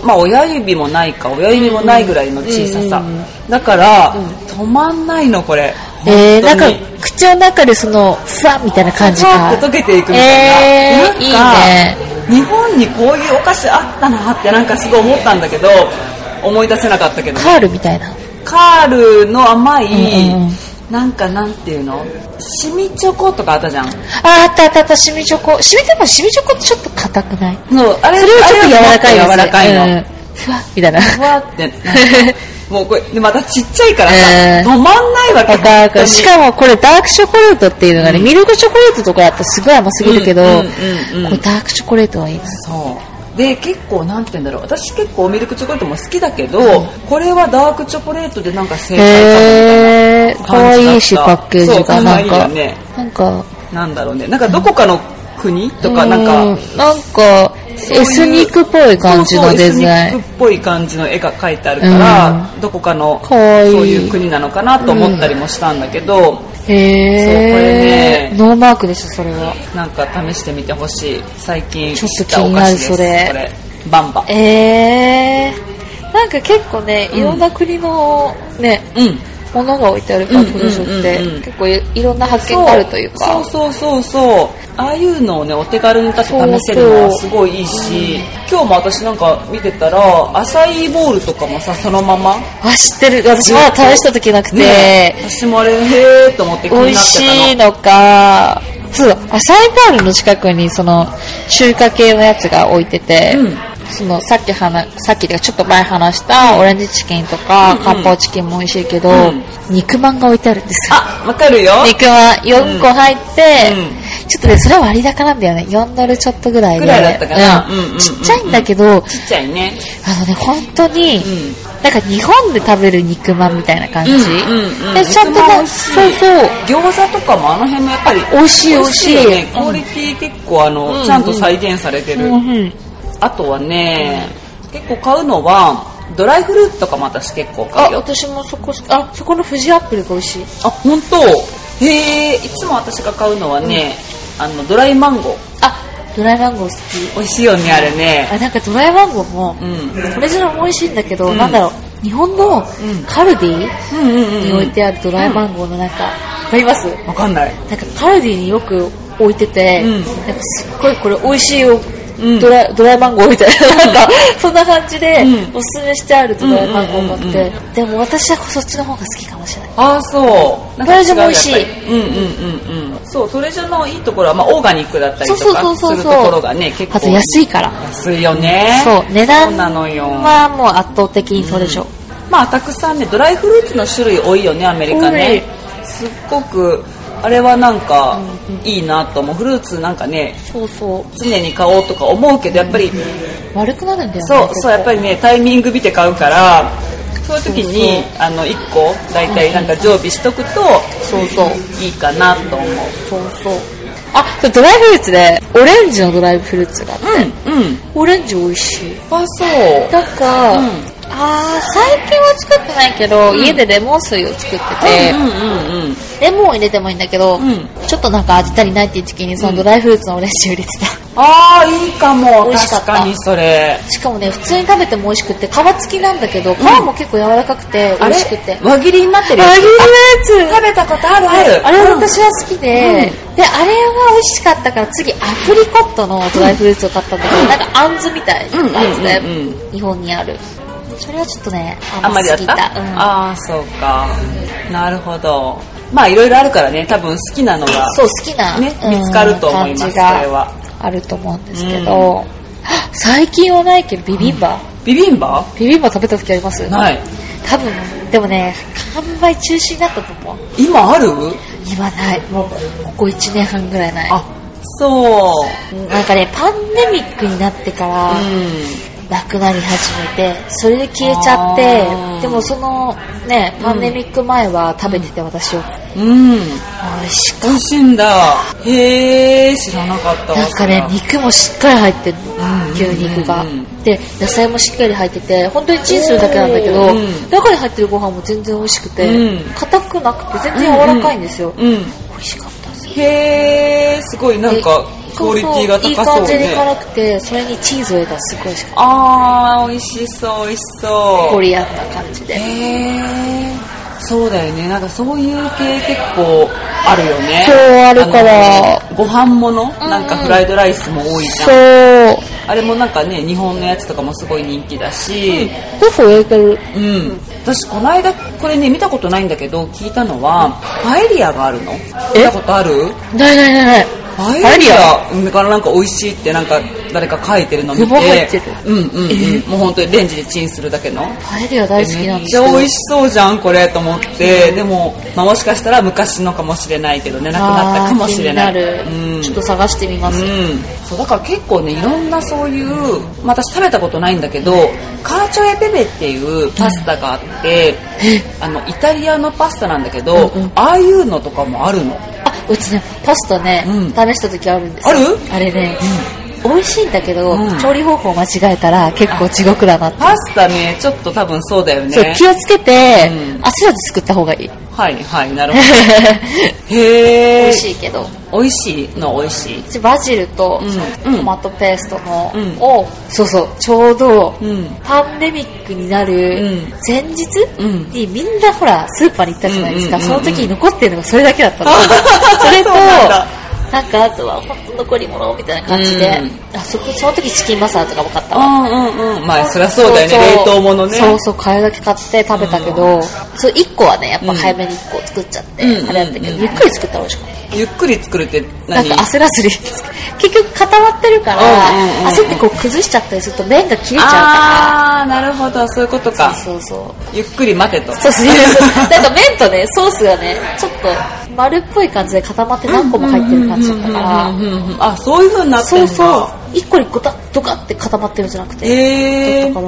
当まあ親指もないか親指もないぐらいの小ささ、だから、止まんないのこれえー、本な当んにか、口の中でその、ふわっみたいな感じふわが。って溶けていくみたいな,、えー、いいなんねか。日本にこういうお菓子あったなってなんかすごい思ったんだけど思い出せなかったけどカールみたいな。カールの甘い、うんうんなんかなんていうのシミチョコとかあったじゃんあー、あったあったあった、シミチョコ。シミでもシミチョコってちょっと硬くないそうあれそれはちょっと柔らかいあやれはもつっと柔らかいの、うんふわっみたいな。ふわって なんかもうこれでまたちっちゃいからさ、え止ーまんないわけわかるわ本か当るにしかもこれダークチョコレートっていうのがね、ミルクチョコレートとかだったらすごい甘すぎるけど、うこんうんうんうんれダークチョコレートはいいな。そうで結構なんて言うんだろう私結構ミルクチョコレートも好きだけど、これはダークチョコレートでなんか正解へー、かわいいし、感パじだったッケそージが。うなんかわいいか、よねなんか、かなんだろうねなんかどこかの国とかなんうかんなんか、そういうエスニックっぽい感じそうのそうエデザスイニンッ。クっぽい感じの絵が描いてあるから、どこかのかわいいそういう国なのかなと思ったりもしたんだけど、そうこれへねー、ノーマークでした、それは。なんか試してみてほしい最近ちょっと知たお菓子です気になるそこれバンバえー、なんか結構ね、いろんな国のね、うんものが置いてあるから、フルショップでうんうんうんうん結構いいろんな発見があるというか。そうそうそうそうああいうのをねお手軽に立って試せるのはすごいいいし今日も私なんか見てたらアサイーボールとかもさそのままあ、知ってる。私まだ試した時なくて、ね私もあれへーと思って気美に味なってしいたのか、そう、アサイパールの近くにその中華系のやつが置いてて、うんそのさっき話、さっきというかちょっと前話したオレンジチキンとか、漢方チキンも美味しいけど、うん肉まんが置いてあるんですよ。あわかるよ肉まん4個入って、うんちょっとね、それは割高なんだよね。4ドルちょっとぐらいで。ぐらいだったかなうんうんうんうんちっちゃいんだけど、ちっちゃいねあのね、本当に、んなんか日本で食べる肉まんみたいな感じ。うんうんうんで、ちゃんと肉まん美な、味しいそうそう、餃子とかもあの辺もやっぱり美味しい美味しいよねクオリティ結構あの、ちゃんと再現されてる、うんうん、あとはね、結構買うのはドライフルーツとかも私結構あ買うよ私もそこあそこのフジアップルが美味しいあ本当へえいつも私が買うのはね、あのドライマンゴーあドライマンゴー好き美味しいよねあれねあなんかドライマンゴーも、うんこれじゃ美味しいんだけど、うんなんだろう日本のんカルディうんうんに置いてあるドライマンゴーのなんか、わかりますわかんないなんかカルディによく置いてて、うんなんかすっごいこれ美味しいうよ、んドライドライマンゴーみたいな、なんかそんな感じでうんおすすめしてあるドライマンゴーがあって、うんうんでも私はそっちの方が好きかもしれないああそうなんか違うドライマンゴー美味しいやっぱりうんうんうんうんそうトレジャーのいいところは、まあ、オーガニックだったりそうとそうそかうそすうるとそうころがね結構あと安いから安いよねそう値段そうなのよはもう圧倒的にそれでしょ、まあたくさんねドライフルーツの種類多いよねアメリカねすっごくあれはなんかいいなと思うフルーツなんかねそうそう常に買おうとか思うけどやっぱり悪くなるんだよねそうそうやっぱりりねタイミング見て買うからそういう時にそうあの1個大体なんか常備しとくとそうそういいかなと思うそうそうあドライフルーツでオレンジのドライフルーツがあってうんうんオレンジ美味しいあそうなんか、うんああー最近は作ってないけど、家でレモン水を作ってて、うんうんうんレモンを入れてもいいんだけど、んちょっとなんか味足りないっていう時にそのドライフルーツのオレンジを入れてた、ああいいかも美味しかった確かにそれしかもね普通に食べても美味しくて皮付きなんだけど皮も結構柔らかくて美味しくて、輪切りになってるや輪つ切りのやつ食べたことあるあるあれはうん私は好きで、であれが美味しかったから次アプリコットのドライフルーツを買ったんだけど、なんかあんずみたいなやつで、うんうんうん日本にあるそれはちょっとねあんま甘りだすっぎたたうん、ああそうかなるほどまあいろいろあるからね多分好きなのがそう好きな、ねうん見つかると思います感じそれはがあると思うんですけど、はっ最近はないけどビビンバ、ビビンバビビンバ食べた時ありますない多分でもね販売中止になったと思う今ある今ないもうここ1年半ぐらいないあそなんかねパンデミックになってから、ううんなくなり始めてそれで消えちゃってあーでもそのねパンデミック前は食べてて私はうん、美味しく美味しいんだ。へえ、知らなかったわ。なんかねそれ肉もしっかり入ってるん牛肉がうんうんで野菜もしっかり入ってて本当にチンするだけなんだけどおーうん中に入ってるご飯も全然美味しくてうん硬くなくて全然柔らかいんですようん。美味しかったですへえ、すごいなんかでクオリティがそうそういい高そう感じでね。辛くてそれにチーズを入れたらすごい美味しかっあー、美味しそう、美味したそコう。リアンな感じでへえ、そうだよね。なんかそういう系結構あるよね。そうあるからあの。ご飯ものなんかフライドライスも多いじゃん。そうあれもなんかね、日本のやつとかもすごい人気だし、結構入れてるうん、私この間これね見たことないんだけど聞いたのはパエリアがあるの見たことあるないないないないパエリアだからなんか美味しいってなんか誰か書いてるの見て具も入ってるうんうん、うんもう本当にレンジでチンするだけのパエリア大好きめなんっでちすけゃど美味しそうじゃんこれと思って、でも、まあ、もしかしたら昔のかもしれないけどねなくなったかもしれないあー気になる、うんちょっと探してみます、うん、そうだから結構ねいろんなそういう、まあ私食べたことないんだけどカーチョエペペっていうパスタがあって、あのイタリアのパスタなんだけど、うんうんああいうのとかもあるのあうちねパスタね、うん試した時あるんですよあるあれね、美味しいんだけど、うん調理方法間違えたら結構地獄だなってパスタねちょっと多分そうだよそうね気をつけて、うん焦らず作った方がいいはいはいなるほ ど美へえ味しいけど美味しいの美味しいうちバジルと、うんトマトペーストの、うんをそうそうちょうど、うんパンデミックになるうん前日うんにみんなほらスーパーに行ったじゃないですか、うんうんそうんのうん時に残ってるのがそれだけだ ったのそれとそうなんだなんかあとは本当残り物みたいな感じで、うあそこその時チキンマサーとかも買ったわんうんうんまあそりゃそうだよね冷凍物ねそうそう買いだけ買って食べたけど、そう1個はねやっぱ早めに1個作っちゃって、うんあれだったけど、うんうんゆっくり作ったら美味しかったゆっくり作るってな何んか焦らずに結局固まってるから、うんうんうんうん焦ってこう崩しちゃったりすると麺が切れちゃうかああーなるほどそういうことからそうそうゆっくり待てとそうそうなんか麺とねソースがねちょっと丸っぽい感じで固まって何個も入ってる感じだったからうんうんうんあそういう風になってんそうだそう一個一個だドカって固まってるんじゃなくてへえだから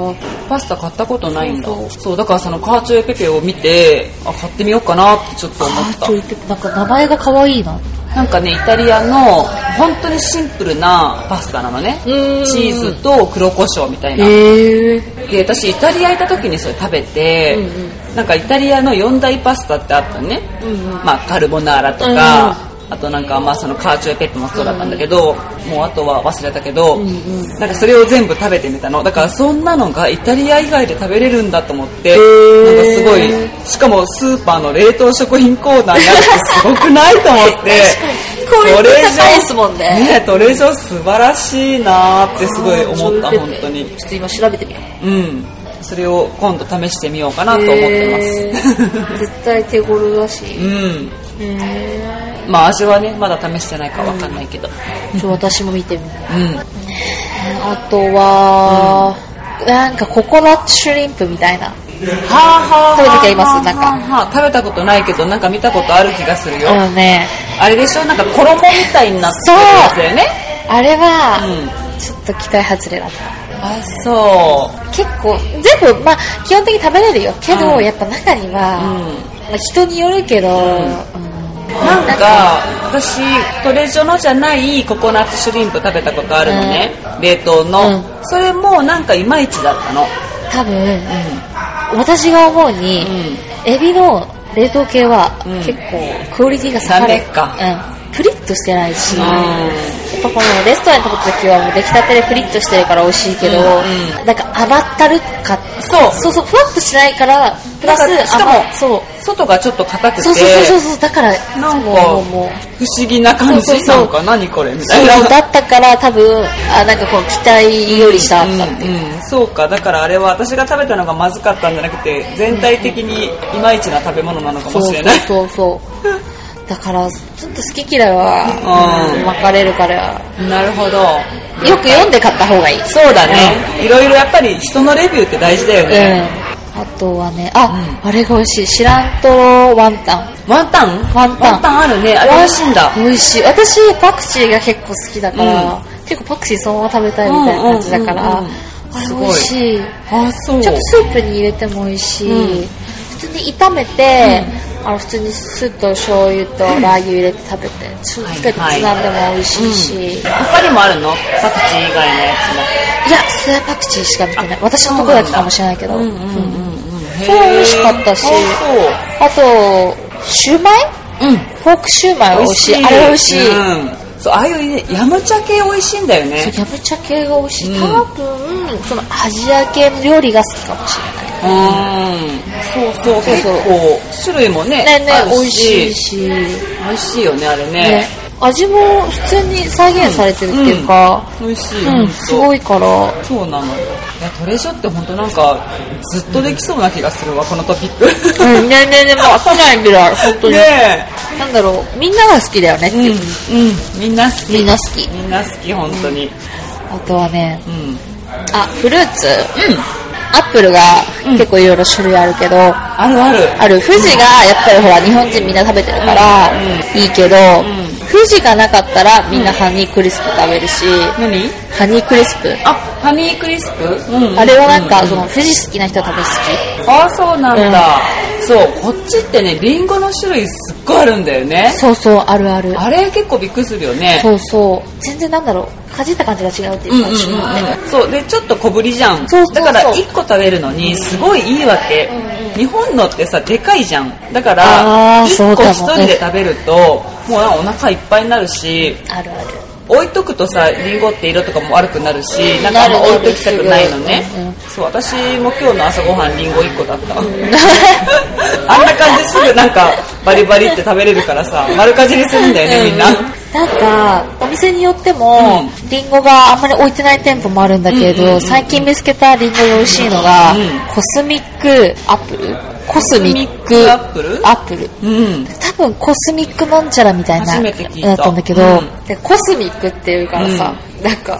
パスタ買ったことないんだそそううそうだからそのカーチョエペペを見てあ買ってみようかなってちょっと思あっーちょいってなんか名前が可愛いなたなんかねイタリアの本当にシンプルなパスタなのねチうんーズと黒胡椒みたいなへえで私イタリア行った時にそれ食べて、うんなんかイタリアの四大パスタってあったのね、うんまあ、カルボナーラとか、あとなんかまあそのカーチョエペットもそうだったんだけど、もうあとは忘れたけど、んうんなんかそれを全部食べてみたのだからそんなのがイタリア以外で食べれるんだと思って、ーなんかすごいしかもスーパーの冷凍食品コーナーにあるってすごくないと思ってクオリティ高いですもんねねトレジョ素晴らしいなーってすごい思ったあーちょい本って当にちょっと今調べてみよううん、それを今度試してみようかなと思ってます。ます絶対手頃だし うん、へえまあ味はねまだ試してないかわかんないけど、ちょ私も見てみるうん、あとは、なんかココナッツシュリンプみたいな。はあはあはあ食べた時ありますなんかはあはあ食べたことないけどなんか見たことある気がするよ、あのね、あれでしょなんか衣みたいになってるやつだよねあれは、うちょっと期待外れだった。あそう結構、全部、まあ、基本的に食べれるよ。けど、うんやっぱ中には、うまあ、人によるけど、うんなんか、私トレジョのじゃないココナッツシュリンプ食べたことあるのね、冷凍の、うんそれもなんかいまいちだったの多分う私が思うに、エビの冷凍系はうん結構クオリティが下がダメるかうん、プリッとしてないし、んやっぱこのレストランで食べた時はもう出来たてでプリッとしてるから美味しいけど、うんなんか甘ったるかそうそうそうふわっとしないからプラスなんかしかも甘いそう外がちょっと硬くてそうそうそうそうそうだからなんかもうもう不思議な感じなのか何これみたいなそうだったから多分あなんかこう期待より下だったっていううんうん、そうかだからあれは私が食べたのがまずかったんじゃなくて全体的にいまいちな食べ物なのかそもうしそれうないそうそうだからちょっと好き嫌いはうん分かれるからなるほどよく読んで買った方がいいそうだねいろいろやっぱり人のレビューって大事だようんね、あとはねあ、あれが美味しいシラントロワンタンワンタンワンタンワンタンあるねあれ美味しいんだ美味しい私パクチーが結構好きだから、結構パクチーそのまま食べたいみたいな感じだから、うんうんうんうんあれ美味しいあそうちょっとスープに入れても美味しい、う普通に炒めて、あの普通に酢と醤油とラー油入れて食べて醤油つけてつまんでも美味しいし、他にもあるのパクチー以外のやいやそれはパクチーしか見てない私のとこだけかもしれないけど、つもうんうんうんそれは美味しかったしああとシューマイそううんポークシューマイ美味しいあれ美味しい、うん、そうああいうねヤムチャ系美味しいんだよそうねヤムチャ系が美味しい、うん多分そのアジア系の料理が好きかもしれなういんそうそうそう結そう構種類もねねねある美味しいし、美味しいよねあれねね、味も普通に再現されてるっていうか、美味しい、うんほんとすごいからそうなのいやトレジョって本当なんかずっとできそうな気がするわこのトピックうん、ねねね、もう飽きないぐ らい、本当に。ねなんだろう、みんなが好きだよねってえうんいう。うんみんな好きみんな好き。みんな好き本当にあとはね、うんあ、フルーツ。アップルが結構いろいろ種類あるけど、ああるあるる、富士がやっぱりほら、日本人みんな食べてるからうんうん、いいけど、富士がなかったらみんなハニークリスプ食べるし、何ハニークリスプ。あハニークリスプ、うんうんあれはなんか、その、富士好きな人は多分好ああそうなんだ、そうこっちってねリンゴの種類すっごいあるんだよねき。そうそう、あるある。あれ結構びっくりするよねそうそう。全然なんだろう、かじった感じが違うってういんううんうんか、うん種類もね。そうでちょっと小ぶりじゃんそうそうそうだから1個食べるのにすごいいいわけ、日本のってさでかいじゃんだからあーそ1う個かもね1人で食べるともうなんかお腹いっぱいになるしあるある。置いとくとさリンゴって色とかも悪くなるしなんかあんまなるなる置いときたくないのねすごいうんそう私も今日の朝ごはんリンゴ1個だったわ あんな感じすぐなんかバリバリって食べれるからさ丸かじりするんだよねみんな、なんかお店によっても、うりん、リンゴがあんまり置いてない店舗もあるんだけれど、うんうんうん最近見つけたリンゴで美味しいのが、うんコスミックアップルコスミコスミッッククアップルアップルうん多分コスミックなんちゃらみたいな初めて聞いただったんだけど、うんでコスミックっていうからさ、なんか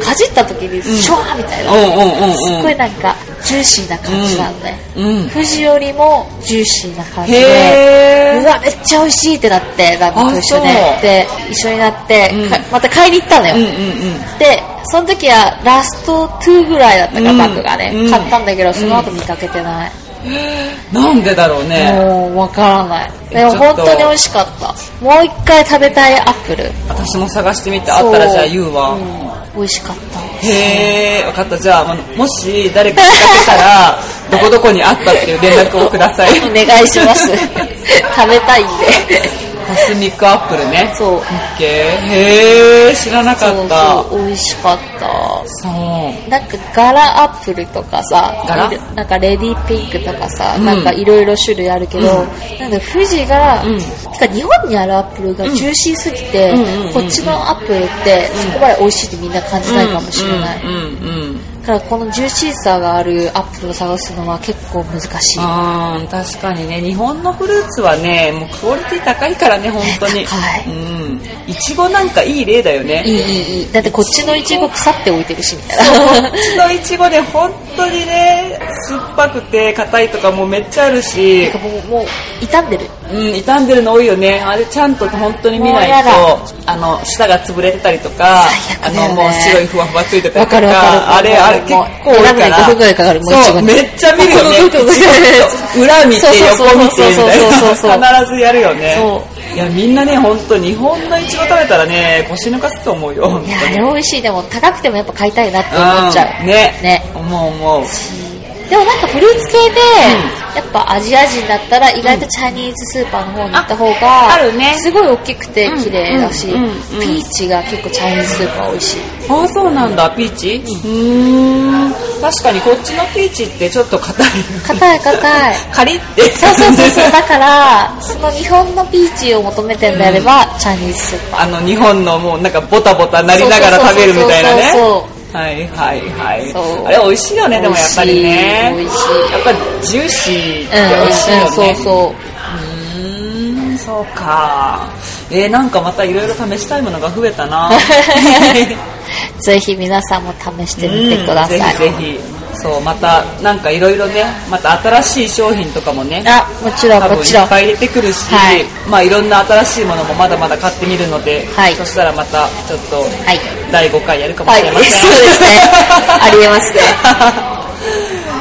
かじった時にシュワーみたいな、うんうんうんうんすっごいなんかジューシーな感じなんだよ、うん富士よりもジューシーな感じへでーうわめっちゃ美味しいってなって旦那と一緒であそうで一緒になって、うんかまた買いに行ったのよ、うんうんうんでその時はラスト2ぐらいだったから、うんバッグがね、うん買ったんだけどその後見かけてない、なんでだろうねもうわからないでもちょっ本と当に美味しかったもう一回食べたいアップル私も探してみてあったらじゃあ言うわ、うん美味しかったへえ分かったじゃああのもし誰か見かけたら どこどこにあったっていう連絡をくださいお願いします 食べたいんでコスミックアップルねそうオッケーへえ知らなかそっうたそうそう美味しかったなんか柄アップルとかさ柄なんかレディーピンクとかさ、うんなんかいろいろ種類あるけど、なんか富士が、うんてか日本にあるアップルがジューシーすぎて、うんうんうんこっちのアップルってそこまで美味しいってみんな感じないかもしれない、うんうんうんだからこのジューシーさがあるアップルを探すのは結構難しいあー確かにね日本のフルーツはねもうクオリティ高いからね本当に高うんいちごなんかいい例だよねいいいいいいだってこっちのイチゴ腐って置いてるしみたい なこっちのいちごね本当にね酸っぱくて硬いとかもめっちゃあるしなんかもうもう傷んでるうん、傷んでるの多いよね。あれちゃんと本当に見ないもうやだと、あの、舌が潰れてたりとか、あ最悪だよねの、もう白いふわふわついてたりわとかか、るわあかるれ、あれ結もう構多いか選ぶら。のに5分ぐらいかかるもう一そう、番めっちゃ見るよねそうそうそうそう。そう裏見てそうそうそう横見てみたいそうそうそうそうな。必ずやるよね。そいや、みんなね、本当日本のイチゴ食べたらね、腰抜かすと思うよ。本当いにやあれ美味しいでも高くてもやっぱ買いたいなって思っちゃう、んね。ね思う思う。でもなんかフルーツ系で、やっぱアジア人だったら意外とチャイニーズスーパーの方に行った方あが、あるねすごい大きくて綺麗だうし、んうんうんうんピーチが結構チャイニーズスーパー美味しい。ああそうなんだピーチうーん確かにこっちのピーチってちょっと硬い硬い硬い。カリッてそうそうそうそう、だから、その日本のピーチを求めてんであれば、チャイニーズスーパー。 あの日本のもうなんかボタボタなりながら食べるみたいなねそうそうそうそうはいはいはいそうあれ美味しいよねでもやっぱりね美味しい美味しいやっぱジューシーってうんうん美味しいよね、うん、そうそう。うーんそうかえー、なんかまたいろいろ試したいものが増えた なぜひ皆さんも試してみてくださうい。んぜひぜひそうまたなんかいろいろねまた新しい商品とかもねあ、もちろん多も分ちいろん。っぱい出てくるし、はいい、まあいろんな新しいものもまだまだ買ってみるので、はいそしたらまたちょっとはい。第5回やるかもはしい、れそうまでせん、 すね。ありえますね。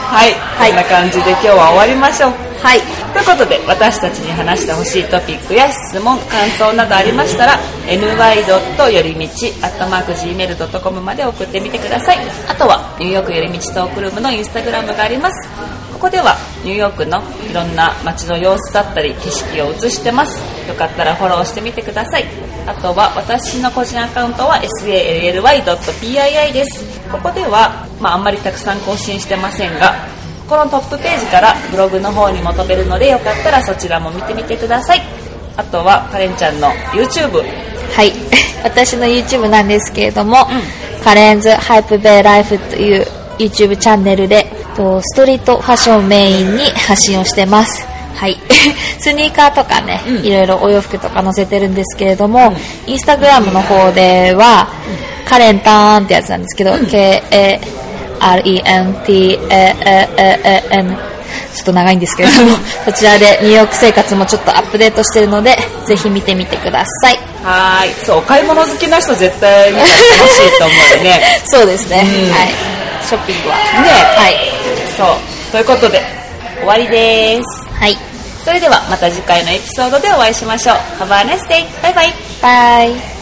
はい、いこんな感じで今日は終わりましょうはい。ということで私たちに話してほしいトピックや質問感想などありましたら ny. よりみち .gmail.com まで送ってみてくださいあとはニューヨークよりみちトークルームのインスタグラムがありますここではニューヨークのいろんな街の様子だったり景色を映してますよかったらフォローしてみてくださいあとは私の個人アカウントは sally.pii ですここでは、まあ、あんまりたくさん更新してませんがこのトップページからブログの方にも飛べるのでよかったらそちらも見てみてくださいあとはカレンちゃんの YouTube はい。 私の YouTube なんですけれども、カレンズハイプベイライフという YouTube チャンネルで、とストリートファッションをメインに発信をしてます。はい。 スニーカーとかね、うんいろいろお洋服とか載せてるんですけれども、んインスタグラムの方では、カレンターンってやつなんですけど、K-A R-E-N-T-A-A-A-A-N ちょっと長いんですけれ ども、そちらでニューヨーク生活もちょっとアップデートしてるので、ぜひ見てみてください。はーいそうお買い物好きな人絶対見てほしいと思うよね そうですね、うんはいショッピングはねはいそうということで終わりですはいそれではまた次回のエピソードでお会いしましょう Have a nice day! バイバイバイ